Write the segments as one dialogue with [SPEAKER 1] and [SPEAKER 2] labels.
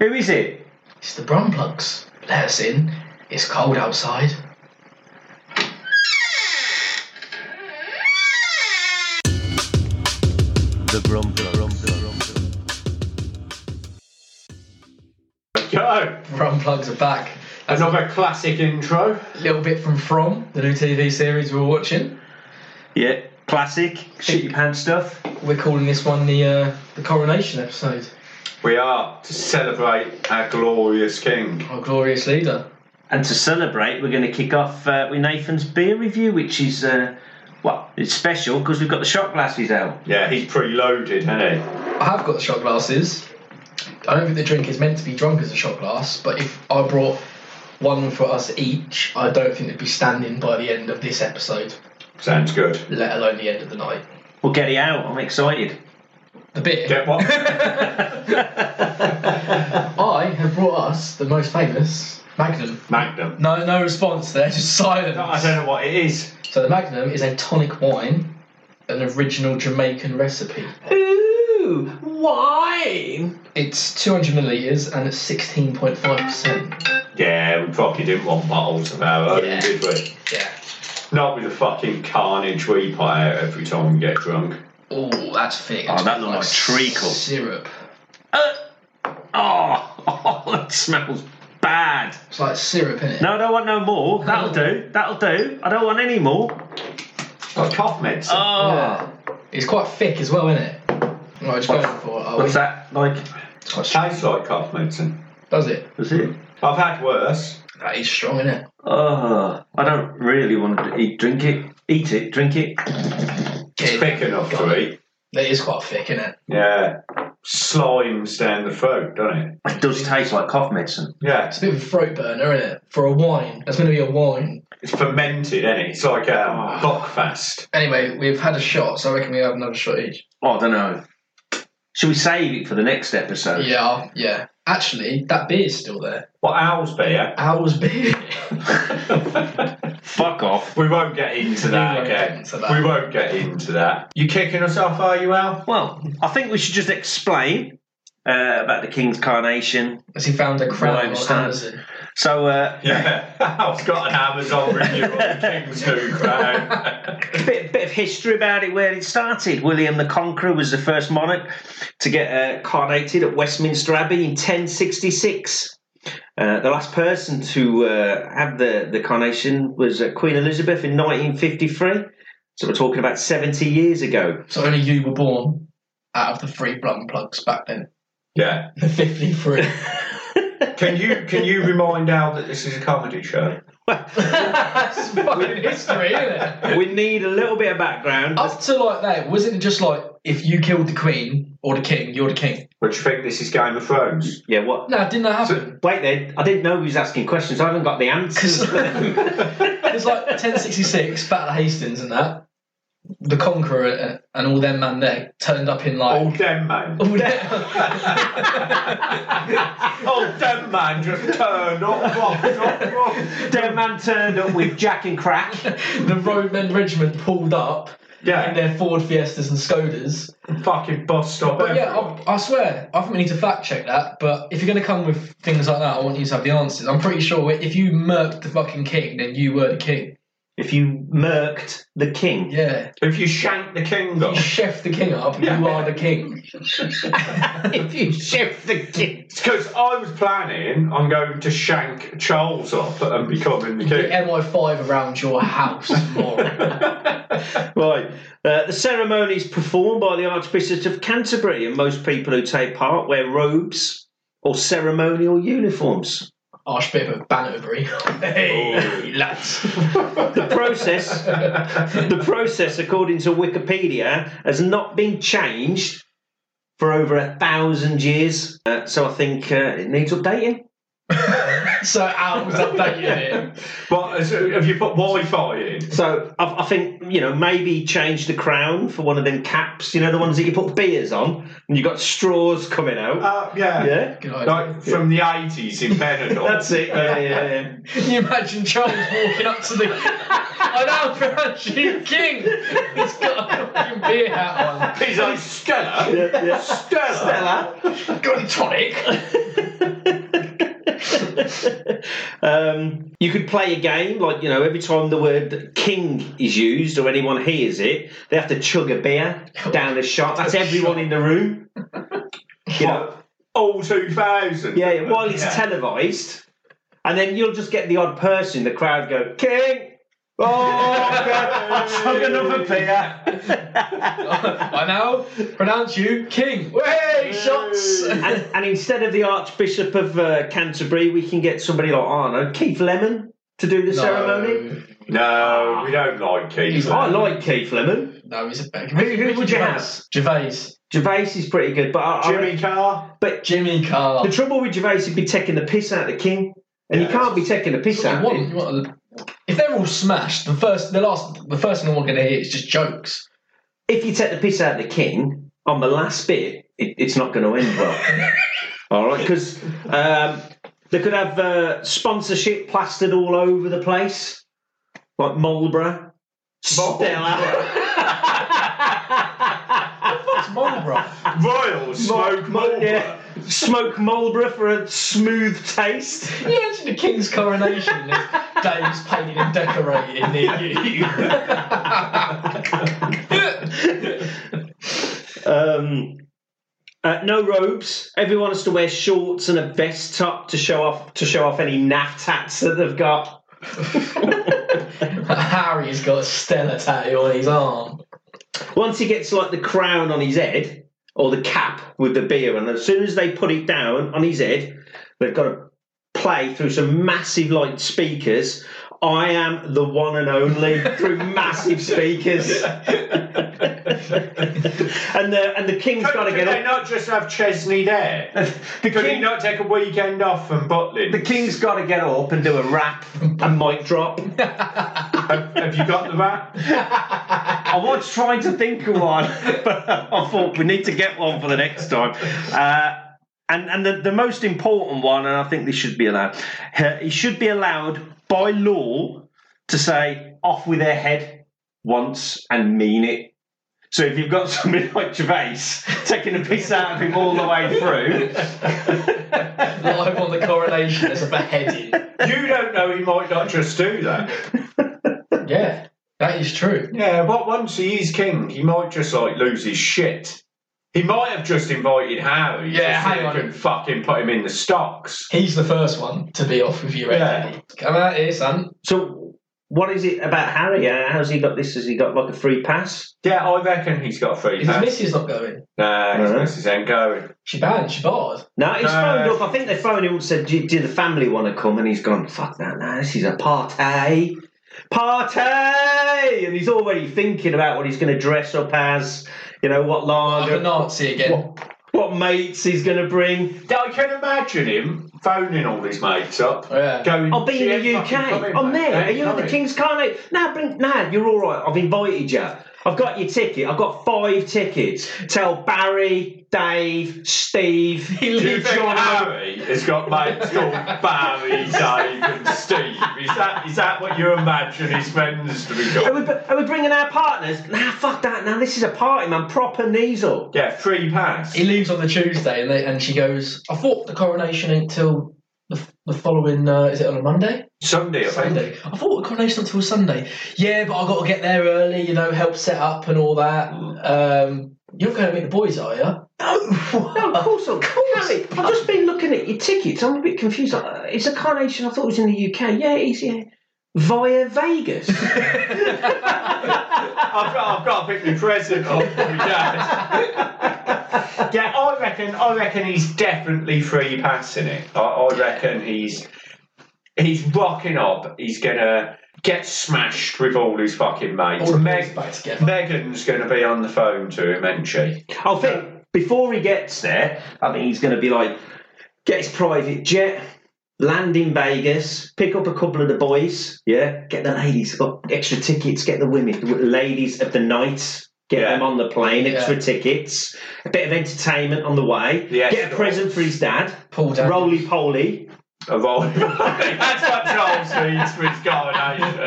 [SPEAKER 1] Who is it?
[SPEAKER 2] It's the Brumplux. Let us in. It's cold outside.
[SPEAKER 3] The Brumpler. Brumpler.
[SPEAKER 1] Yo!
[SPEAKER 2] Brumplugs are back. That's
[SPEAKER 1] Another classic intro.
[SPEAKER 2] a little bit from From, the new TV series we're watching.
[SPEAKER 3] Yeah, classic. Shit your pants stuff.
[SPEAKER 2] We're calling this one the uh, the coronation episode.
[SPEAKER 4] We are to celebrate our glorious king.
[SPEAKER 2] Our glorious leader.
[SPEAKER 3] And to celebrate, we're going to kick off uh, with Nathan's beer review, which is, uh, well, it's special because we've got the shot glasses out.
[SPEAKER 4] Yeah, he's preloaded, hasn't he?
[SPEAKER 2] I have got shot glasses. I don't think the drink is meant to be drunk as a shot glass, but if I brought one for us each, I don't think they'd be standing by the end of this episode,
[SPEAKER 4] Sounds good.
[SPEAKER 2] let alone the end of the night.
[SPEAKER 3] We'll get it out. I'm excited.
[SPEAKER 2] The beer.
[SPEAKER 4] Get what?
[SPEAKER 2] I have brought us the most famous Magnum.
[SPEAKER 4] Magnum.
[SPEAKER 2] No, no response there, just silence.
[SPEAKER 4] I don't know what it is.
[SPEAKER 2] So the Magnum is a tonic wine, an original Jamaican recipe.
[SPEAKER 1] Ooh, wine!
[SPEAKER 2] It's 200 millilitres and it's 16.5%.
[SPEAKER 4] Yeah, we probably didn't want bottles of our own,
[SPEAKER 2] Yeah.
[SPEAKER 4] did we?
[SPEAKER 2] Yeah.
[SPEAKER 4] Not with the fucking carnage we put out every time we get drunk.
[SPEAKER 2] Oh, that's thick.
[SPEAKER 3] Oh, that looked like treacle.
[SPEAKER 2] Syrup.
[SPEAKER 3] Uh, oh, that smells bad.
[SPEAKER 2] It's like syrup in it.
[SPEAKER 3] No, I don't want no more. That'll do. That'll do. I don't want any more.
[SPEAKER 4] It's like cough medicine.
[SPEAKER 3] Oh,
[SPEAKER 2] It's quite thick as well, isn't it? Right, just going for it. Are
[SPEAKER 3] what's
[SPEAKER 2] we?
[SPEAKER 3] that like?
[SPEAKER 2] It's quite strong.
[SPEAKER 4] Tastes like cough medicine.
[SPEAKER 2] Does it?
[SPEAKER 3] Was it?
[SPEAKER 4] I've had worse.
[SPEAKER 2] That is strong, isn't it?
[SPEAKER 3] Oh, I don't really want to eat. Drink it. Eat it. Drink it.
[SPEAKER 4] It's thick enough to eat.
[SPEAKER 2] It is quite thick, isn't it?
[SPEAKER 4] Yeah. Slimes down the throat, doesn't it?
[SPEAKER 3] It does taste like cough medicine.
[SPEAKER 4] Yeah.
[SPEAKER 2] It's a bit of a throat burner, isn't it? For a wine. That's going to be a wine.
[SPEAKER 4] It's fermented, isn't it? It's like um,
[SPEAKER 3] Oh.
[SPEAKER 4] Buckfast.
[SPEAKER 2] Anyway, we've had a shot, so I reckon we have another shot each.
[SPEAKER 3] Oh, I don't know. Should we save it for the next episode?
[SPEAKER 2] Yeah, yeah. Actually, that beer's still there.
[SPEAKER 4] What, owl's beer?
[SPEAKER 2] Owl's beer.
[SPEAKER 3] Fuck off.
[SPEAKER 4] we won't get into that
[SPEAKER 2] We won't get
[SPEAKER 4] again.
[SPEAKER 2] into that.
[SPEAKER 4] We won't get into that. You kicking us off, are you, Al?
[SPEAKER 3] Well, I think we should just explain uh, about the King's Carnation.
[SPEAKER 2] Has he found a crown
[SPEAKER 3] Rhyme
[SPEAKER 2] on
[SPEAKER 3] stands.
[SPEAKER 2] Amazon?
[SPEAKER 3] So, uh,
[SPEAKER 4] Yeah. Al's got an Amazon review on the King's New Crown.
[SPEAKER 3] a bit, bit of history about it where it started. William the Conqueror was the first monarch to get uh, carnated at Westminster Abbey in 1066. Uh, the last person to uh, have the, the carnation was uh, Queen Elizabeth in 1953. So we're talking about 70 years ago.
[SPEAKER 2] So only you were born out of the three blunt plugs back then.
[SPEAKER 4] yeah.
[SPEAKER 2] The 53.
[SPEAKER 4] Can you can you remind Al that this is a comedy show?
[SPEAKER 2] That's fucking history, isn't it?
[SPEAKER 3] we need a little bit of background.
[SPEAKER 2] Up to like that, was it just like if you killed the queen or the king, you're the king?
[SPEAKER 4] What do you think this is Game of Thrones?
[SPEAKER 3] Yeah, what?
[SPEAKER 2] No, didn't that happen?
[SPEAKER 3] Wait there, I didn't know who was asking questions. I haven't got the answers.
[SPEAKER 2] It's like 1066, Battle of Hastings, and that. The Conqueror uh, and all them man there turned up in like.
[SPEAKER 4] Old dem man.
[SPEAKER 2] all them-
[SPEAKER 4] Old dem man just turned up, rocked up, rocked.
[SPEAKER 3] Dead man turned up with Jack and Crack.
[SPEAKER 2] the Roadmen Regiment pulled up in
[SPEAKER 4] Yeah,
[SPEAKER 2] their Ford Fiestas and Skodas.
[SPEAKER 4] fucking bus stop.
[SPEAKER 2] But yeah,
[SPEAKER 4] everyone.
[SPEAKER 2] I, I swear, I think we need to fact check that. But if you're going to come with things like that, I want you to have the answers. I'm pretty sure if you murked the fucking king, then you were the king.
[SPEAKER 3] If you murked the king.
[SPEAKER 2] Yeah.
[SPEAKER 4] If you shank the king
[SPEAKER 2] You
[SPEAKER 4] up,
[SPEAKER 2] chef the king up,
[SPEAKER 4] Yeah.
[SPEAKER 2] you are the king.
[SPEAKER 3] if you shift the king.
[SPEAKER 4] It's because I was planning on going to shank Charles up and becoming the
[SPEAKER 2] The
[SPEAKER 4] king.
[SPEAKER 2] MI5 around your house, moron.
[SPEAKER 3] Right. Uh, the ceremony is performed by the Archbishop of Canterbury, and most people who take part wear robes or ceremonial uniforms.
[SPEAKER 2] Archbishop of Banterbury.
[SPEAKER 4] Oh.
[SPEAKER 2] hey, lads.
[SPEAKER 3] The process, the process, according to Wikipedia, has not been changed for over a thousand years. Uh, so I think uh, it needs updating.
[SPEAKER 2] So Al was updating it.
[SPEAKER 4] What, is- have you put Wi-Fi in?
[SPEAKER 3] So I, I think you know maybe change the crown for one of them caps. You know the ones that you put beers on, and you got straws coming out.
[SPEAKER 4] Uh, yeah.
[SPEAKER 3] Yeah.
[SPEAKER 2] Good idea.
[SPEAKER 4] Like from the 80s in Benidorm.
[SPEAKER 3] That's it. Yeah, yeah, yeah.
[SPEAKER 2] Can you imagine Charles walking up to the. I now pronounce you king! He's got a fucking beer hat
[SPEAKER 4] He's like, Stella?
[SPEAKER 3] yeah.
[SPEAKER 4] Stella?
[SPEAKER 3] Stella.
[SPEAKER 2] on. Got a tonic!
[SPEAKER 3] um, you could play a game like you know every time the word king is used or anyone hears it, they have to chug a beer down a shot. That's everyone in the room. You know,
[SPEAKER 4] All 2000.
[SPEAKER 3] yeah, yeah, while it's
[SPEAKER 4] Yeah.
[SPEAKER 3] televised, and then you'll just get the odd person. in The crowd go king. Oh, God, I chug another beer.
[SPEAKER 2] I now pronounce you king. Way shots.
[SPEAKER 3] and, and instead of the Archbishop of uh, Canterbury, we can get somebody like I don't know Keith Lemon to do the ceremony.
[SPEAKER 4] No, we don't like Keith.
[SPEAKER 3] I like Keith Lemon.
[SPEAKER 2] No, he's a big.
[SPEAKER 3] Who- who would you have?
[SPEAKER 2] Gervais,
[SPEAKER 3] Gervais is pretty good, but I, I
[SPEAKER 4] Jimmy Carr.
[SPEAKER 3] but
[SPEAKER 2] Jimmy Carr.
[SPEAKER 3] the trouble with Gervais would be taking the piss out of the king, and you
[SPEAKER 4] Yeah.
[SPEAKER 3] can't be taking the piss out. of
[SPEAKER 2] You want-
[SPEAKER 3] him.
[SPEAKER 2] you want a- if they're all smashed, the first, the last, the first thing I'm going to hear is just jokes.
[SPEAKER 3] If you take the piss out of the king on the last bit, it, it's not going to end well. all right, because um, they could have uh, sponsorship plastered all over the place, like Marlborough, Stella.
[SPEAKER 2] It's Marlboro.
[SPEAKER 4] Royal Smoke Marlboro.
[SPEAKER 3] Yeah. Smoke Marlborough for a smooth taste.
[SPEAKER 2] Can you imagine the king's coronation? and there's Dave's painted and decorated near you.
[SPEAKER 3] Um, uh, no robes. Everyone has to wear shorts and a vest top to show off to show off any naff tats that they've got.
[SPEAKER 2] Harry's got a Stella tattoo on his arm.
[SPEAKER 3] Once he gets like the crown on his head or the cap with the beer, and as soon as they put it down on his head, they've got to play through some massive like speakers. I am the one and only through massive speakers. and the and the king's
[SPEAKER 4] Could,
[SPEAKER 3] got to
[SPEAKER 4] could
[SPEAKER 3] get
[SPEAKER 4] they
[SPEAKER 3] up.
[SPEAKER 4] not just have Chesney there?
[SPEAKER 3] The
[SPEAKER 4] Could he
[SPEAKER 3] king,
[SPEAKER 4] not take a weekend off from Butlin?
[SPEAKER 3] the king's got to get up and do a rap, a mic drop.
[SPEAKER 4] Have, have you got the rap?
[SPEAKER 3] I was trying to think of one, but I thought we need to get one for the next time. Uh, and and the, the most important one, and I think this should be allowed, uh, he should be allowed by law to say off with their head once and mean it. So if you've got somebody like Gervais taking a piss out of him all the way through,
[SPEAKER 2] Live on the coronation, there's a beheading.
[SPEAKER 4] You don't know he might not just do that.
[SPEAKER 2] Yeah, that is true.
[SPEAKER 4] Yeah, but once he is king, he might just like lose his shit. He might have just invited Harry.
[SPEAKER 2] Yeah,
[SPEAKER 4] just so
[SPEAKER 2] hang
[SPEAKER 4] they
[SPEAKER 2] on.
[SPEAKER 4] could fucking put him in the stocks.
[SPEAKER 2] He's the first one to be off with you,
[SPEAKER 4] Yeah.
[SPEAKER 2] yeah. Come out here, son.
[SPEAKER 3] so what is it about Harry? Uh, How's he got this? Has he got like a free pass?
[SPEAKER 4] Yeah, I reckon he's got a free
[SPEAKER 2] Is his
[SPEAKER 4] pass.
[SPEAKER 2] missus not going?
[SPEAKER 4] Nah, his
[SPEAKER 3] No.
[SPEAKER 4] missus ain't going.
[SPEAKER 2] She banned, she barred.
[SPEAKER 3] No, he's
[SPEAKER 4] No.
[SPEAKER 3] phoned up. I think they phoned him and said, do, do the family want to come? And he's gone, fuck that, no, this is a party. Party! And he's already thinking about what he's going to dress up as, you know, what
[SPEAKER 2] Like a
[SPEAKER 3] lager,
[SPEAKER 2] Nazi again.
[SPEAKER 3] what, what mates he's going to bring.
[SPEAKER 4] I can imagine him phoning all his mates up.
[SPEAKER 2] Yeah.
[SPEAKER 4] Going,
[SPEAKER 3] Oh, I'll be in the
[SPEAKER 4] "Yeah,
[SPEAKER 3] UK.
[SPEAKER 4] fucking come in,
[SPEAKER 3] I'm
[SPEAKER 4] mate.
[SPEAKER 3] there. Are
[SPEAKER 4] Ain't
[SPEAKER 3] you at the
[SPEAKER 4] coming."
[SPEAKER 3] King's Carnival? Nah, bring, nah, you're all right. I've invited you. I've got your ticket. I've got five tickets. Tell Barry, Dave, Steve,
[SPEAKER 4] Do you
[SPEAKER 3] John.
[SPEAKER 4] think Harry has got mates called Barry, Dave, and Steve? Is that is that what you imagine his friends to be
[SPEAKER 3] Are
[SPEAKER 4] called?
[SPEAKER 3] we, are we bringing our partners? Nah, fuck that. Now this is a party, man. Proper nasal.
[SPEAKER 4] Yeah, free pass.
[SPEAKER 2] He leaves on the Tuesday and, they, and she goes, I thought the coronation ain't till the, the following, uh, is it on a Monday?
[SPEAKER 4] Sunday, I think.
[SPEAKER 2] Sunday. I thought the coronation until Sunday. Yeah, but I got to get there early, you know, help set up and all that. Um, you're not going to meet the boys, are you? No.
[SPEAKER 3] No, of course I'm.
[SPEAKER 2] course.
[SPEAKER 3] Harry, I've just been looking at your tickets. I'm a bit confused. Uh, It's a carnation. I thought it was in the UK. Yeah, it is. Yeah, via Vegas.
[SPEAKER 4] I've got, I've got to pick the present up for my dad. yeah, I reckon. I reckon he's definitely free passing it. I, I reckon he's he's rocking up. He's gonna get smashed with all his fucking mates.
[SPEAKER 2] All the boys
[SPEAKER 4] Meg,
[SPEAKER 2] back together.
[SPEAKER 4] Megan's gonna be on the phone to him, ain't she?
[SPEAKER 3] I think before he gets there, I think he's going to be like, get his private jet, land in Vegas, pick up a couple of the boys, yeah, get the ladies, got extra tickets, get the women, the ladies of the night, get
[SPEAKER 4] Yeah.
[SPEAKER 3] them on the plane, extra
[SPEAKER 2] Yeah.
[SPEAKER 3] tickets, a bit of entertainment on the way,
[SPEAKER 4] Yes,
[SPEAKER 3] get a
[SPEAKER 4] sure.
[SPEAKER 3] present for his dad,
[SPEAKER 2] Paul Daniels.
[SPEAKER 3] roly poly.
[SPEAKER 4] Of all, that's what Charles needs for his coronation.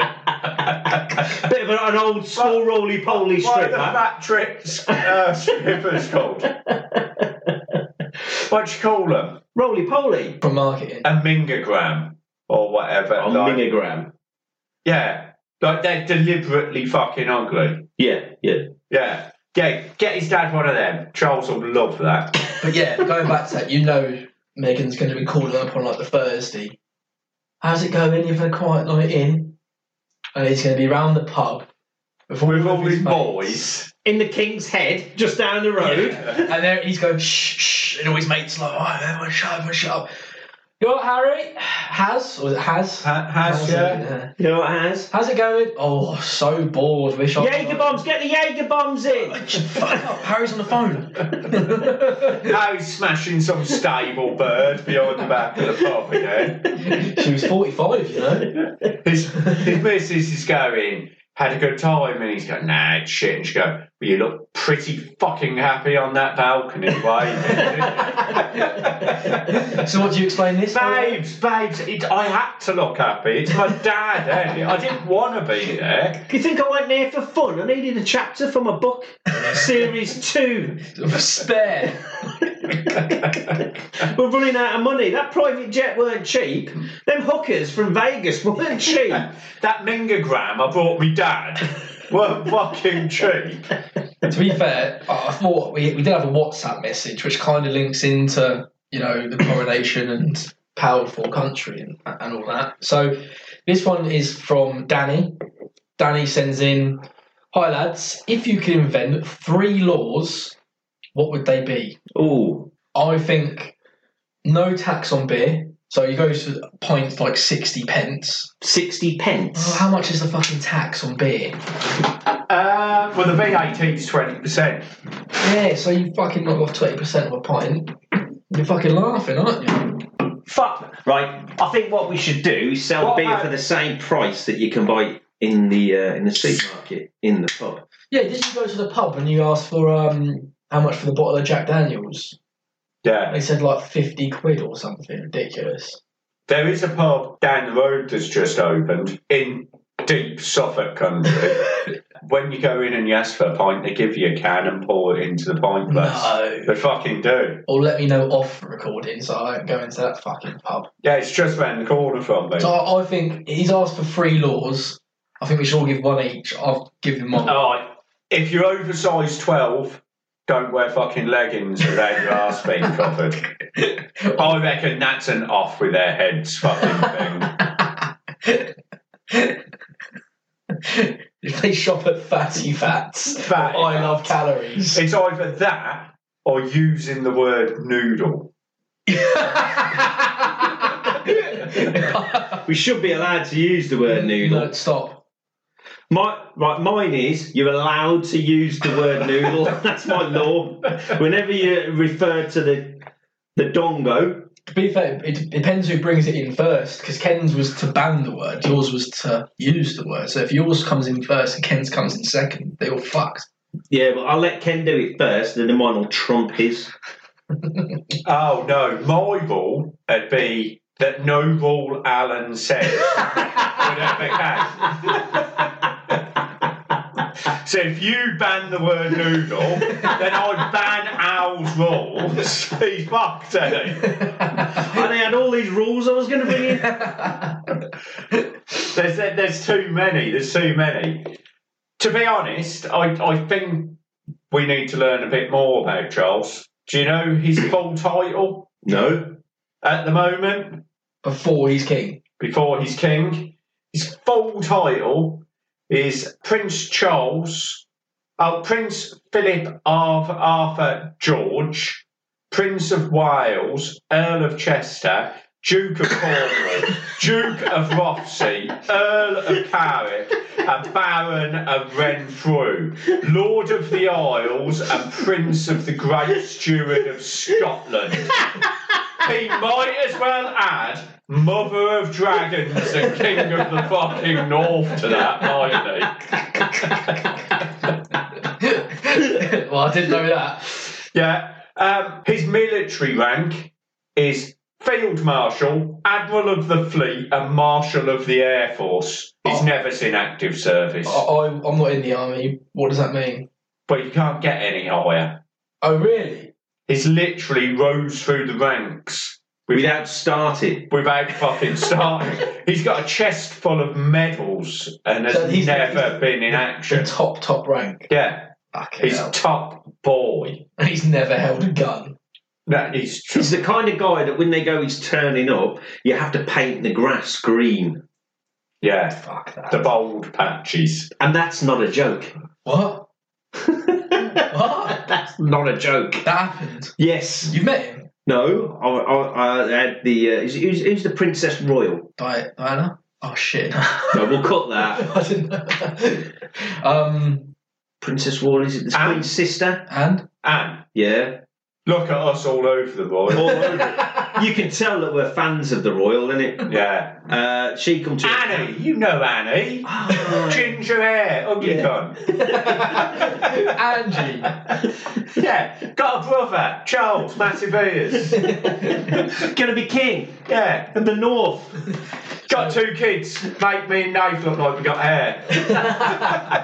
[SPEAKER 3] Bit of an, an old school roly poly
[SPEAKER 4] Why the
[SPEAKER 3] stripper.
[SPEAKER 4] fat trips uh, strippers called? What do you call them?
[SPEAKER 3] Roly poly.
[SPEAKER 2] From marketing.
[SPEAKER 4] A mingogram or whatever.
[SPEAKER 3] A
[SPEAKER 4] like-
[SPEAKER 3] mingogram.
[SPEAKER 4] yeah, like they're deliberately fucking ugly.
[SPEAKER 3] Yeah, yeah.
[SPEAKER 4] Yeah, yeah. Get his dad one of them. Charles will love that.
[SPEAKER 2] But yeah, going back to that, you know Megan's going to be calling up on like the Thursday. How's it going? You've had a quiet night in? And he's going to be round the pub
[SPEAKER 4] With all
[SPEAKER 2] of his
[SPEAKER 4] his
[SPEAKER 2] mates.
[SPEAKER 4] boys.
[SPEAKER 5] In the King's Head, just down the road.
[SPEAKER 2] And then he's going, shh, shh. And all his mates are like, oh, everyone shut up, everyone shut up. You know what, Harry? Has? Or is it Has?
[SPEAKER 4] Ha- Has
[SPEAKER 2] it,
[SPEAKER 4] yeah.
[SPEAKER 3] You know what it has?
[SPEAKER 2] How's it going? Oh, so bored. Wish I
[SPEAKER 5] Jaeger bombs, get the Jaeger bombs in.
[SPEAKER 2] Fuck up, Harry's on the phone.
[SPEAKER 4] Now he's smashing some stable bird behind the back of the pub again.
[SPEAKER 2] she was 45, you know?
[SPEAKER 4] His, his missus is going, had a good time, and he's going, nah, it's shit. And she goes, well, you look pretty fucking happy on that balcony, waving.
[SPEAKER 2] So, what do you explain this?
[SPEAKER 4] babes, babes, it, I had to look happy. It's my dad, ain't it? I didn't want to be there.
[SPEAKER 5] You think I went there for fun? I needed a chapter for my book, series two.
[SPEAKER 2] Spare.
[SPEAKER 5] We're running out of money. That private jet weren't cheap. Them hookers from Vegas weren't cheap.
[SPEAKER 4] That mingogram I brought me dad were fucking cheap.
[SPEAKER 2] to be fair, I I thought we, we did have a WhatsApp message, which kind of links into you know the coronation and powerful country and, and all that. So this one is from Danny. Danny sends in, "Hi lads, if you could invent three laws, what would they be?
[SPEAKER 3] Ooh.
[SPEAKER 2] I think no tax on beer." So he goes to pints like sixty pence.
[SPEAKER 3] 60 pence.
[SPEAKER 2] Oh, how much is the fucking tax on beer?
[SPEAKER 4] Uh, well, the VAT is 20%.
[SPEAKER 2] Yeah, so you fucking knock off twenty percent of a pint. You're fucking laughing, aren't you?
[SPEAKER 5] Fuck.
[SPEAKER 3] Right, I think what we should do is sell
[SPEAKER 4] What
[SPEAKER 3] beer
[SPEAKER 4] about-
[SPEAKER 3] for the same price that you can buy in the uh, in the supermarket in the pub.
[SPEAKER 2] Yeah, did you go to the pub and you asked for um how much for the bottle of Jack Daniels?
[SPEAKER 4] Yeah.
[SPEAKER 2] They said like fifty quid or something ridiculous.
[SPEAKER 4] There is a pub down the road that's just opened in deep Suffolk country. when you go in and you ask for a pint, they give you a can and pour it into the pint glass. They fucking do.
[SPEAKER 2] Or let me know off recording so I don't go into that fucking pub.
[SPEAKER 4] Yeah, it's just round the corner from me.
[SPEAKER 2] So I, I think he's asked for three laws. I think we should all give one each. I'll give him one.
[SPEAKER 4] Alright, if you're oversized 12, don't wear fucking leggings without your ass being covered. I reckon that's an off with their heads fucking thing.
[SPEAKER 2] If they shop at Fatty Fats,
[SPEAKER 4] Fatty
[SPEAKER 2] I
[SPEAKER 4] Fats.
[SPEAKER 2] love calories.
[SPEAKER 4] It's either that or using the word noodle.
[SPEAKER 3] We should be allowed to use the word noodle.
[SPEAKER 2] No, stop.
[SPEAKER 3] My, right, mine is you're allowed to use the word noodle. That's my law. Whenever you refer to the the dongo,
[SPEAKER 2] To be fair, it depends who brings it in first, because Ken's was to ban the word, yours was to use the word. So if yours comes in first and Ken's comes in second, they all fucked.
[SPEAKER 3] yeah, but I'll let Ken do it first, and then mine will trump his.
[SPEAKER 4] Oh no, my rule would be that no rule Alan says would ever count. So if you ban the word noodle, then I ban Al's rules. He's fucked, eh? ain't he?
[SPEAKER 3] And I had all these rules I was going to bring in.
[SPEAKER 4] There's there- there's too many. There's too many. To be honest, I I think we need to learn a bit more about Charles. Do you know his full title
[SPEAKER 3] No,
[SPEAKER 4] at the moment?
[SPEAKER 2] Before he's king.
[SPEAKER 4] before he's king. His full title is Prince Charles, oh, Prince Philip of Arthur George, Prince of Wales, Earl of Chester, Duke of Cornwall, Duke of Rothsay, Earl of Carrick, and Baron of Renfrew, Lord of the Isles, and Prince of the Great Steward of Scotland he might as well add Mother of Dragons and King of the fucking North to that, mightn't he?
[SPEAKER 2] well, I didn't know that.
[SPEAKER 4] Yeah. Um, his military rank is Field Marshal, Admiral of the Fleet, and Marshal of the Air Force. He's
[SPEAKER 2] Oh.
[SPEAKER 4] never seen active service,
[SPEAKER 2] I, I, I'm not in the army. What does that mean?
[SPEAKER 4] but you can't get any higher.
[SPEAKER 2] Oh, really?
[SPEAKER 4] He's literally rose through the ranks
[SPEAKER 3] Without starting.
[SPEAKER 4] without fucking starting. he's got a chest full of medals and has
[SPEAKER 2] So he's-
[SPEAKER 4] never
[SPEAKER 2] he's-
[SPEAKER 4] been in
[SPEAKER 2] The
[SPEAKER 4] action.
[SPEAKER 2] top, top rank.
[SPEAKER 4] Yeah,
[SPEAKER 2] Fucking
[SPEAKER 4] he's
[SPEAKER 2] hell.
[SPEAKER 4] top boy.
[SPEAKER 2] and he's never held a gun.
[SPEAKER 4] That is true.
[SPEAKER 3] He's the kind of guy that when they go, he's turning up, you have to paint the grass green.
[SPEAKER 4] Yeah,
[SPEAKER 2] Fuck that.
[SPEAKER 4] the bold patches.
[SPEAKER 3] And that's not a joke.
[SPEAKER 2] what? what?
[SPEAKER 3] That's not a joke.
[SPEAKER 2] That happened.
[SPEAKER 3] Yes.
[SPEAKER 2] You met him?
[SPEAKER 3] No. I, I, I had the. Uh, who's, who's, who's the Princess Royal?
[SPEAKER 2] Di- Diana? Oh shit.
[SPEAKER 3] No, we'll cut that.
[SPEAKER 2] I didn't know. um,
[SPEAKER 3] Princess Royal is it the
[SPEAKER 4] Anne.
[SPEAKER 3] Queen's sister?
[SPEAKER 2] and?
[SPEAKER 4] And
[SPEAKER 3] Yeah.
[SPEAKER 4] look at us all over the
[SPEAKER 3] All
[SPEAKER 4] boy.
[SPEAKER 3] over it. You can tell that we're fans of the royal, innit?
[SPEAKER 4] yeah.
[SPEAKER 3] Uh, she come to
[SPEAKER 4] Annie, you know Annie.
[SPEAKER 3] Ah.
[SPEAKER 4] Ginger hair, ugly gun.
[SPEAKER 2] Angie.
[SPEAKER 4] Yeah, got a brother, Charles, massive ears.
[SPEAKER 3] Gonna be king
[SPEAKER 4] Yeah,
[SPEAKER 3] in the north.
[SPEAKER 4] got two kids. Make me and Dave look like we got hair.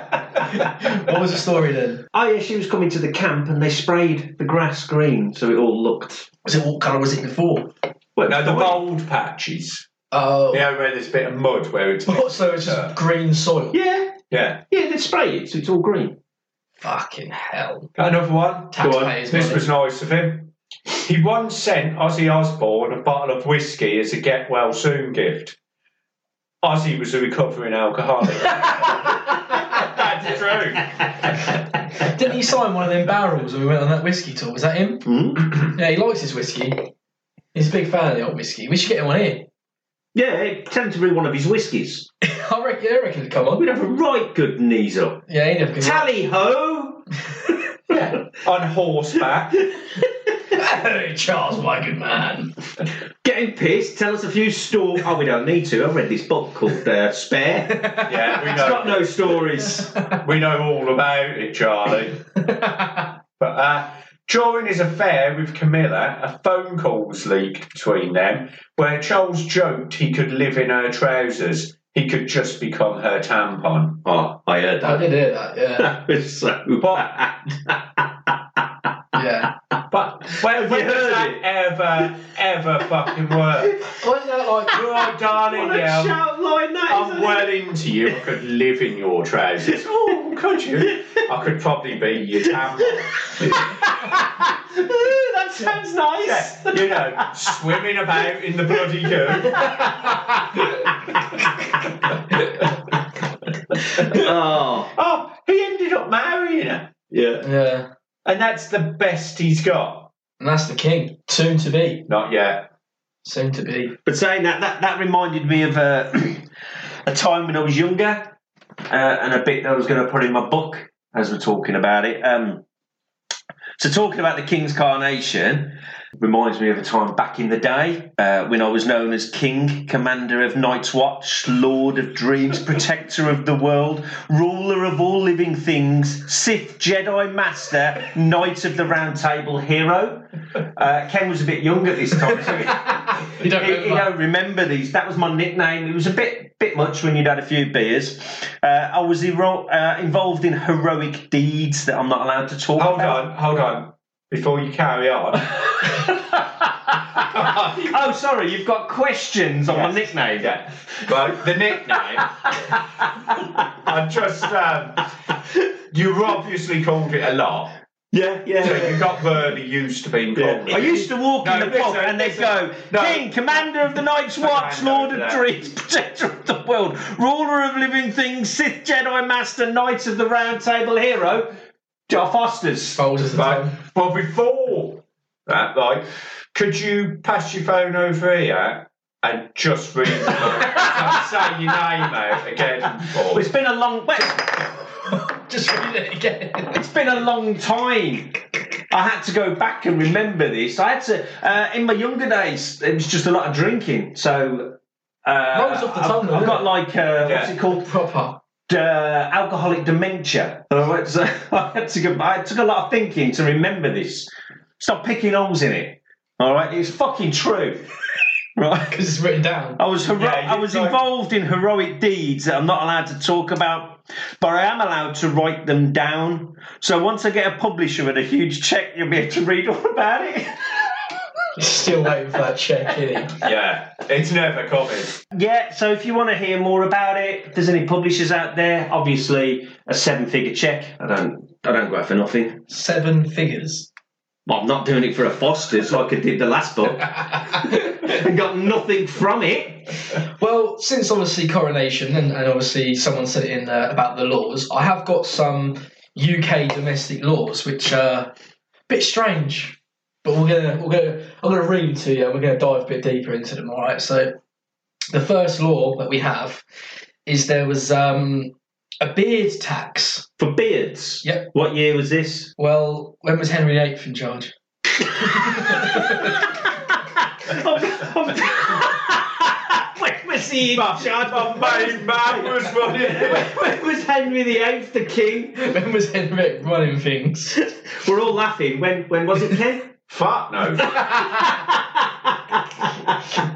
[SPEAKER 2] What was the story then?
[SPEAKER 3] Oh yeah, she was coming to the camp and they sprayed the grass green, so it all looked.
[SPEAKER 2] Was it what colour was it before?
[SPEAKER 3] Well,
[SPEAKER 4] No, the
[SPEAKER 3] white.
[SPEAKER 4] bold patches.
[SPEAKER 2] Oh.
[SPEAKER 4] You know where there's a bit of mud where it's.
[SPEAKER 2] What, so it's just
[SPEAKER 4] Uh,
[SPEAKER 2] green soil.
[SPEAKER 3] Yeah,
[SPEAKER 4] Yeah.
[SPEAKER 3] yeah, they spray it, so it's all green.
[SPEAKER 2] Fucking hell.
[SPEAKER 4] Got another one.
[SPEAKER 2] Taxpayers'
[SPEAKER 4] This
[SPEAKER 2] money.
[SPEAKER 4] was nice of him. He once sent Ozzy Osbourne a bottle of whiskey as a get well soon gift. Ozzy was a recovering alcoholic. That's true.
[SPEAKER 2] Didn't he sign one of them barrels when we went on that whiskey tour? Was that him?
[SPEAKER 3] Hmm?
[SPEAKER 2] Yeah, he likes his whiskey. He's a big fan of the old whiskey. We should get him on here.
[SPEAKER 3] Yeah, tend to be one of his whiskies.
[SPEAKER 2] I reckon, I reckon he'd come on.
[SPEAKER 3] We'd have a right good knees up.
[SPEAKER 2] Yeah, he'd have come
[SPEAKER 3] Tally ho!
[SPEAKER 4] Yeah. On horseback.
[SPEAKER 2] Hey, Charles, my good man.
[SPEAKER 3] Getting pissed, tell us a few stories. Oh, we don't need to. I've read this book called uh, Spare.
[SPEAKER 4] Yeah, we
[SPEAKER 3] It's got
[SPEAKER 4] know.
[SPEAKER 3] no stories.
[SPEAKER 4] We know all about it, Charlie. But uh, during his affair with Camilla, a phone call was leaked between them where Charles joked he could live in her trousers. He could just become her tampon.
[SPEAKER 3] Oh, I heard
[SPEAKER 2] I
[SPEAKER 3] that.
[SPEAKER 2] did hear that, yeah.
[SPEAKER 3] That was so bad.
[SPEAKER 2] Yeah.
[SPEAKER 4] But when, when
[SPEAKER 3] you
[SPEAKER 4] does
[SPEAKER 3] heard
[SPEAKER 4] that
[SPEAKER 3] it?
[SPEAKER 4] ever, ever fucking work?
[SPEAKER 2] Wasn't that like
[SPEAKER 4] Oh, darling,
[SPEAKER 3] What a
[SPEAKER 4] yeah, I'm-
[SPEAKER 3] shout line that is,
[SPEAKER 4] I'm
[SPEAKER 3] isn't it?
[SPEAKER 4] well into you. I could live in your trousers. Oh, could you? I could probably be your tampon.
[SPEAKER 3] Ooh, that sounds nice.
[SPEAKER 4] Yeah, you know, swimming about in the bloody goo.
[SPEAKER 3] Oh,
[SPEAKER 4] Oh, he ended up marrying her.
[SPEAKER 3] yeah.
[SPEAKER 2] Yeah.
[SPEAKER 4] And that's the best he's got.
[SPEAKER 2] And that's the king. Soon to be.
[SPEAKER 4] Not yet.
[SPEAKER 2] Soon to be.
[SPEAKER 3] But saying that, that, that reminded me of uh, a time when I was younger uh, and a bit that I was going to put in my book as we're talking about it. Um, so, talking about the King's Carnation reminds me of a time back in the day uh, when I was known as King, Commander of Night's Watch, Lord of Dreams, Protector of the World, Ruler of all living things, Sith Jedi Master, Knight of the Round Table Hero. Uh, Ken was a bit young at this time, so he-
[SPEAKER 2] You don't
[SPEAKER 3] you,
[SPEAKER 2] remember
[SPEAKER 3] you don't remember these. That was my nickname. It was a bit bit much when you'd had a few beers. Uh, I was ero- uh, involved in heroic deeds that I'm not allowed to talk
[SPEAKER 4] Hold
[SPEAKER 3] about.
[SPEAKER 4] on, hold on. Before you carry on.
[SPEAKER 3] Oh, sorry, you've got questions on my nickname.
[SPEAKER 4] yeah. But the nickname. I just um, you obviously called it a lot.
[SPEAKER 3] yeah,
[SPEAKER 4] So
[SPEAKER 3] yeah.
[SPEAKER 4] you got really used to being called
[SPEAKER 3] I used to walk
[SPEAKER 4] No,
[SPEAKER 3] in the
[SPEAKER 4] listen,
[SPEAKER 3] pub and they'd
[SPEAKER 4] listen.
[SPEAKER 3] go,
[SPEAKER 4] No.
[SPEAKER 3] King, Commander of the Night's Watch,
[SPEAKER 4] no,
[SPEAKER 3] Lord
[SPEAKER 4] no.
[SPEAKER 3] of Dreams, Protector of the World, Ruler of Living Things, Sith Jedi Master, Knight of the Round Table Hero, Jar
[SPEAKER 4] Oh.
[SPEAKER 3] Foster's.
[SPEAKER 2] Fold as the
[SPEAKER 4] Right.
[SPEAKER 2] time.
[SPEAKER 4] Well before that, like, could you pass your phone over here and just read the book? Don't say your name out again
[SPEAKER 3] Well,
[SPEAKER 4] for
[SPEAKER 3] It's been a long. Well,
[SPEAKER 2] Just read it again.
[SPEAKER 3] It's been a long time. I had to go back and remember this. I had to, uh, in my younger days, it was just a lot of drinking. So, uh,
[SPEAKER 2] Rolls off the tongue,
[SPEAKER 3] I've, I've
[SPEAKER 2] doesn't
[SPEAKER 3] got
[SPEAKER 2] it?
[SPEAKER 3] like, uh, what's
[SPEAKER 4] Yeah.
[SPEAKER 3] it called?
[SPEAKER 2] Proper.
[SPEAKER 3] D- uh, alcoholic dementia. All right, so I had to go, I took a lot of thinking to remember this. Stop picking holes in it. All right, it's fucking true. Right.
[SPEAKER 2] because it's written down.
[SPEAKER 3] I was hero-
[SPEAKER 4] Yeah, you-
[SPEAKER 3] I was
[SPEAKER 4] like-
[SPEAKER 3] involved in heroic deeds that I'm not allowed to talk about, but I am allowed to write them down. So once I get a publisher and a huge check, you'll be able to read all about it.
[SPEAKER 2] Still waiting for that check, innit?
[SPEAKER 4] Yeah, it's never coming.
[SPEAKER 3] Yeah, so if you want to hear more about it, if there's any publishers out there, obviously a seven-figure check. I don't, I don't go out for nothing.
[SPEAKER 2] Seven figures.
[SPEAKER 3] Well, I'm not doing it for a Foster's like I did the last book. I got nothing from it.
[SPEAKER 2] Well, since obviously coronation and, and obviously someone said it in uh, about the laws, I have got some UK domestic laws which are a bit strange, but we're gonna we're gonna I'm gonna read to you. and We're gonna dive a bit deeper into them. All right. So the first law that we have is there was um, a beard tax.
[SPEAKER 3] For beards.
[SPEAKER 2] Yep.
[SPEAKER 3] What year was this?
[SPEAKER 2] Well, when was Henry VIII in charge?
[SPEAKER 3] When was he in charge?
[SPEAKER 4] My man was running.
[SPEAKER 3] When was Henry VIII the king?
[SPEAKER 2] When was Henry VIII running things?
[SPEAKER 3] We're all laughing. When when was it, Ken?
[SPEAKER 4] Fart no.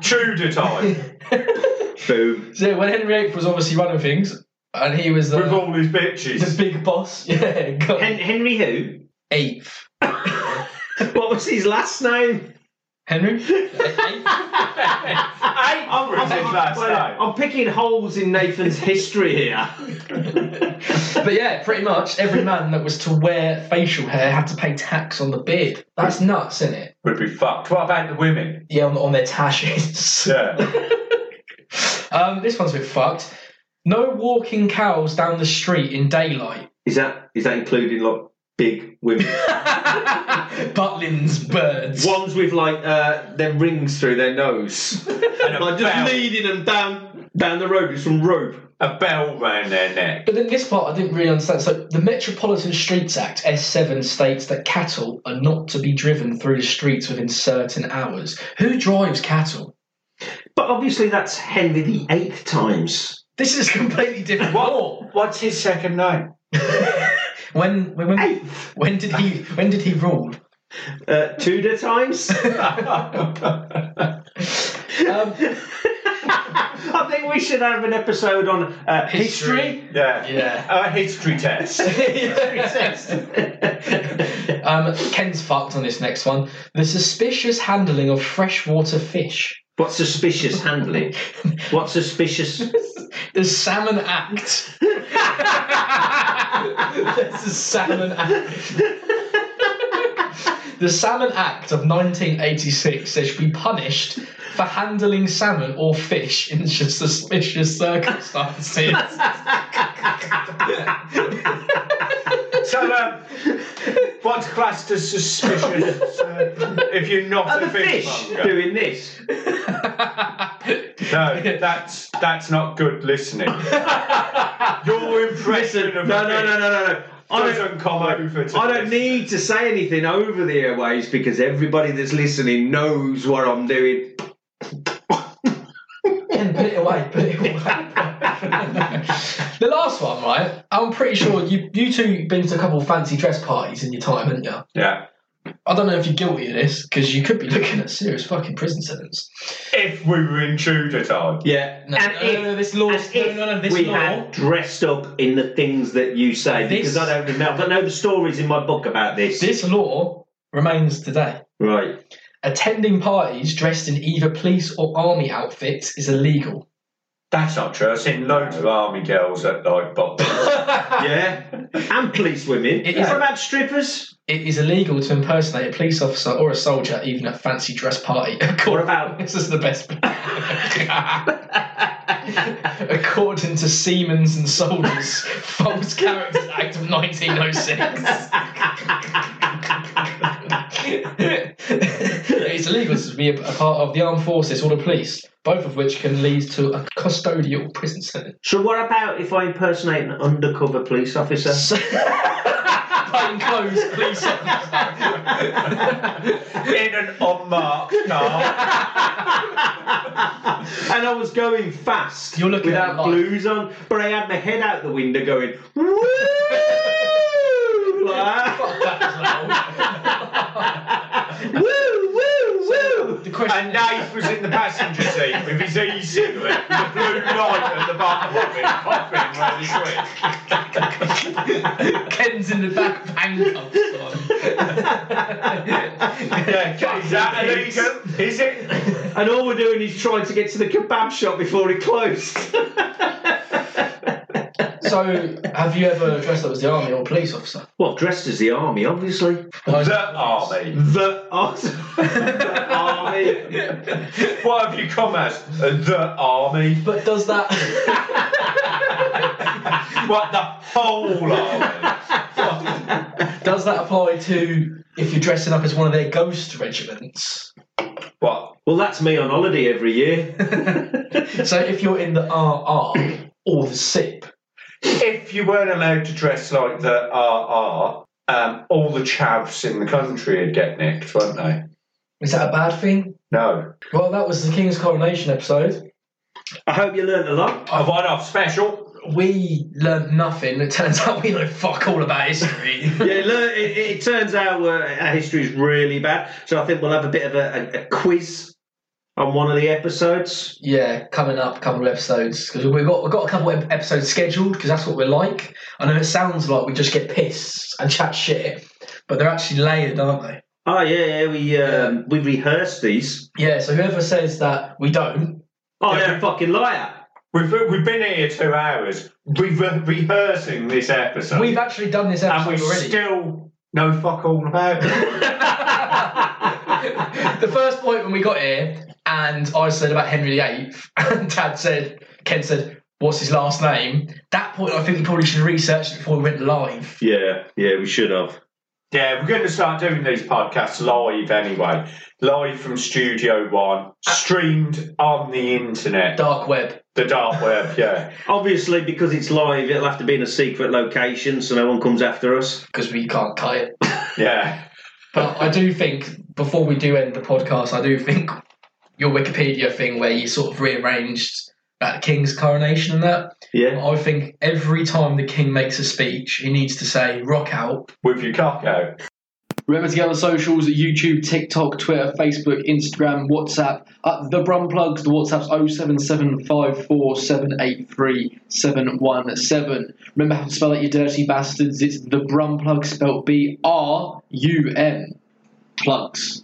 [SPEAKER 4] Tudor time.
[SPEAKER 3] Boom.
[SPEAKER 2] So when Henry VIII was obviously running things, and he was uh, the,
[SPEAKER 4] With all these
[SPEAKER 2] the
[SPEAKER 4] bitches.
[SPEAKER 2] big boss. Yeah, got
[SPEAKER 3] Hen- Henry who?
[SPEAKER 2] eighth.
[SPEAKER 3] What was his last name?
[SPEAKER 2] Henry.
[SPEAKER 4] Eight was his last name.
[SPEAKER 3] I'm picking holes in Nathan's history here.
[SPEAKER 2] but yeah, pretty much every man that was to wear facial hair had to pay tax on the beard. That's nuts, isn't it?
[SPEAKER 4] Would be fucked. What about the women?
[SPEAKER 2] Yeah, on, on their tashes.
[SPEAKER 4] Yeah.
[SPEAKER 2] Um, this one's a bit fucked. No walking cows down the street in daylight.
[SPEAKER 3] Is that is that including like big women?
[SPEAKER 2] Butlins, birds.
[SPEAKER 3] Ones with like uh, their rings through their nose,
[SPEAKER 4] And a
[SPEAKER 3] like just
[SPEAKER 4] bell.
[SPEAKER 3] leading them down down the road with some rope.
[SPEAKER 4] A bell round their neck.
[SPEAKER 2] But then this part I didn't really understand. So the Metropolitan Streets Act S7 states that cattle are not to be driven through the streets within certain hours. Who drives cattle?
[SPEAKER 3] But obviously that's Henry the Eighth times.
[SPEAKER 2] This is completely different. law.
[SPEAKER 4] What's his second name?
[SPEAKER 2] When when when,
[SPEAKER 3] Eighth
[SPEAKER 2] when did he when did he rule?
[SPEAKER 3] uh, Tudor times.
[SPEAKER 2] Um,
[SPEAKER 3] I think we should have an episode on uh, history.
[SPEAKER 4] Yeah.
[SPEAKER 2] Yeah.
[SPEAKER 4] A history test.
[SPEAKER 2] um, Ken's fucked on this next one. The suspicious handling of freshwater fish.
[SPEAKER 3] What's suspicious handling? What's suspicious?
[SPEAKER 2] The Salmon Act. There's the Salmon Act. the Salmon Act of 1986 says should be punished for handling salmon or fish in suspicious circumstances.
[SPEAKER 4] So, um, what's classed as suspicious uh, if you're not
[SPEAKER 3] Are
[SPEAKER 4] a
[SPEAKER 3] the fish
[SPEAKER 4] fishmonger?
[SPEAKER 3] doing this?
[SPEAKER 4] No, that's that's not good listening. Your impression
[SPEAKER 3] No,
[SPEAKER 4] of
[SPEAKER 3] no,
[SPEAKER 4] a
[SPEAKER 3] no,
[SPEAKER 4] fish
[SPEAKER 3] no, no, no. I don't,
[SPEAKER 4] doesn't come over. To
[SPEAKER 3] I don't
[SPEAKER 4] this.
[SPEAKER 3] need to say anything over the airwaves because everybody that's listening knows what I'm doing.
[SPEAKER 2] Ken, put it away, put it away. the last one, right? I'm pretty sure you you two been to a couple of fancy dress parties in your time, haven't you?
[SPEAKER 4] Yeah.
[SPEAKER 2] I don't know if you're guilty of this because you could be looking at serious fucking prison sentence.
[SPEAKER 4] If we were in Tudor time,
[SPEAKER 3] Yeah.
[SPEAKER 2] No,
[SPEAKER 3] And
[SPEAKER 2] no,
[SPEAKER 3] if-
[SPEAKER 2] no, no, this law.
[SPEAKER 3] And
[SPEAKER 2] No,
[SPEAKER 3] if
[SPEAKER 2] no, no, this
[SPEAKER 3] we
[SPEAKER 2] law.
[SPEAKER 3] had dressed up in the things that you say because
[SPEAKER 2] This-
[SPEAKER 3] I don't remember. I've got no stories in my book about this.
[SPEAKER 2] This law remains today.
[SPEAKER 3] Right.
[SPEAKER 2] Attending parties dressed in either police or army outfits is illegal.
[SPEAKER 4] that's not true. I've seen loads of army girls at like bottom.
[SPEAKER 3] Yeah. and police women.
[SPEAKER 2] It
[SPEAKER 3] It
[SPEAKER 2] is-
[SPEAKER 3] is about strippers.
[SPEAKER 2] It is illegal to impersonate a police officer or a soldier, even at a fancy dress party.
[SPEAKER 3] What about?
[SPEAKER 2] This is the best. bit. According to Siemens and Soldiers, False Characters Act of oh 1906. it's illegal to be a, a part of the armed forces or the police, both of which can lead to a custodial prison sentence.
[SPEAKER 3] So what about if I impersonate an undercover police officer?
[SPEAKER 2] Plainclothes police officer.
[SPEAKER 4] in an unmarked car.
[SPEAKER 3] and I was going fast.
[SPEAKER 2] You're looking at
[SPEAKER 3] without
[SPEAKER 2] the light.
[SPEAKER 3] blues on, but I had my head out the window going. Woo! Like that.
[SPEAKER 2] Fuck that as well.
[SPEAKER 3] woo! Woo! Woo!
[SPEAKER 2] question.
[SPEAKER 4] And Dave was in the passenger seat with his e-cigarette, the blue light at the bottom of it, popping round the switch.
[SPEAKER 2] Ken's in the back of handcuffs on.
[SPEAKER 4] Yeah, is that illegal? Is it?
[SPEAKER 5] And all we're doing is trying to get to the kebab shop before it closed.
[SPEAKER 2] so, have you ever dressed up as the army or police officer?
[SPEAKER 3] Well, dressed as the army, obviously.
[SPEAKER 2] Why-
[SPEAKER 4] The army.
[SPEAKER 5] the awesome.
[SPEAKER 4] Army. What have you come as? Uh, The army.
[SPEAKER 2] But does that
[SPEAKER 4] What the whole army?
[SPEAKER 2] does that apply to if you're dressing up as one of their ghost regiments?
[SPEAKER 4] What?
[SPEAKER 3] Well, that's me on holiday every year.
[SPEAKER 2] So, if you're in the RR or the SIP,
[SPEAKER 4] If you weren't allowed to dress like the RR, um, all the chavs in the country would get nicked, wouldn't they?
[SPEAKER 2] is that a bad thing?
[SPEAKER 4] No.
[SPEAKER 2] Well, that was the King's Coronation episode.
[SPEAKER 3] I hope you learned a lot.
[SPEAKER 4] Oh, A one-off special.
[SPEAKER 2] We learnt nothing. It turns out we know fuck all about history.
[SPEAKER 3] Yeah, learn, it, it turns out uh, our history is really bad, so I think we'll have a bit of a, a, a quiz on one of the episodes.
[SPEAKER 2] yeah, coming up, a couple of episodes because we've got we've got a couple of episodes scheduled because that's what we're like. I know it sounds like we just get pissed and chat shit, but they're actually layered, aren't they?
[SPEAKER 3] Oh yeah, yeah we um, we rehearsed these.
[SPEAKER 2] Yeah. So whoever says that we don't,
[SPEAKER 3] Oh,
[SPEAKER 4] Yeah.
[SPEAKER 3] they're a fucking liar.
[SPEAKER 4] We've, we've been here two hours re- re- rehearsing this episode.
[SPEAKER 2] we've actually done this
[SPEAKER 4] and we
[SPEAKER 2] episode already.
[SPEAKER 4] still know fuck all about it.
[SPEAKER 2] the first point when we got here, and I said about Henry VIII, and Dad said, Ken said, "What's his last name?" That point, I think he probably should have researched it before we went live.
[SPEAKER 3] Yeah, yeah, we should have.
[SPEAKER 4] yeah, we're going to start doing these podcasts live anyway. Live from Studio One, streamed on the internet,
[SPEAKER 2] Dark web.
[SPEAKER 4] the dark web, yeah.
[SPEAKER 3] Obviously, because it's live, it'll have to be in a secret location, so no one comes after us.
[SPEAKER 2] because we can't cut it.
[SPEAKER 4] Yeah.
[SPEAKER 2] But I do think before we do end the podcast, I do think your Wikipedia thing where you sort of rearranged that king's coronation and that.
[SPEAKER 3] Yeah,
[SPEAKER 2] I think every time the king makes a speech, he needs to say "rock out."
[SPEAKER 4] With your cock out.
[SPEAKER 6] Remember to get on the socials YouTube, TikTok, Twitter, Facebook, Instagram, WhatsApp. At the Brum Plugs, the WhatsApp's oh 07754783717. Remember how to spell that, you dirty bastards. It's the Brum Plugs, spelled B R U M. Plugs.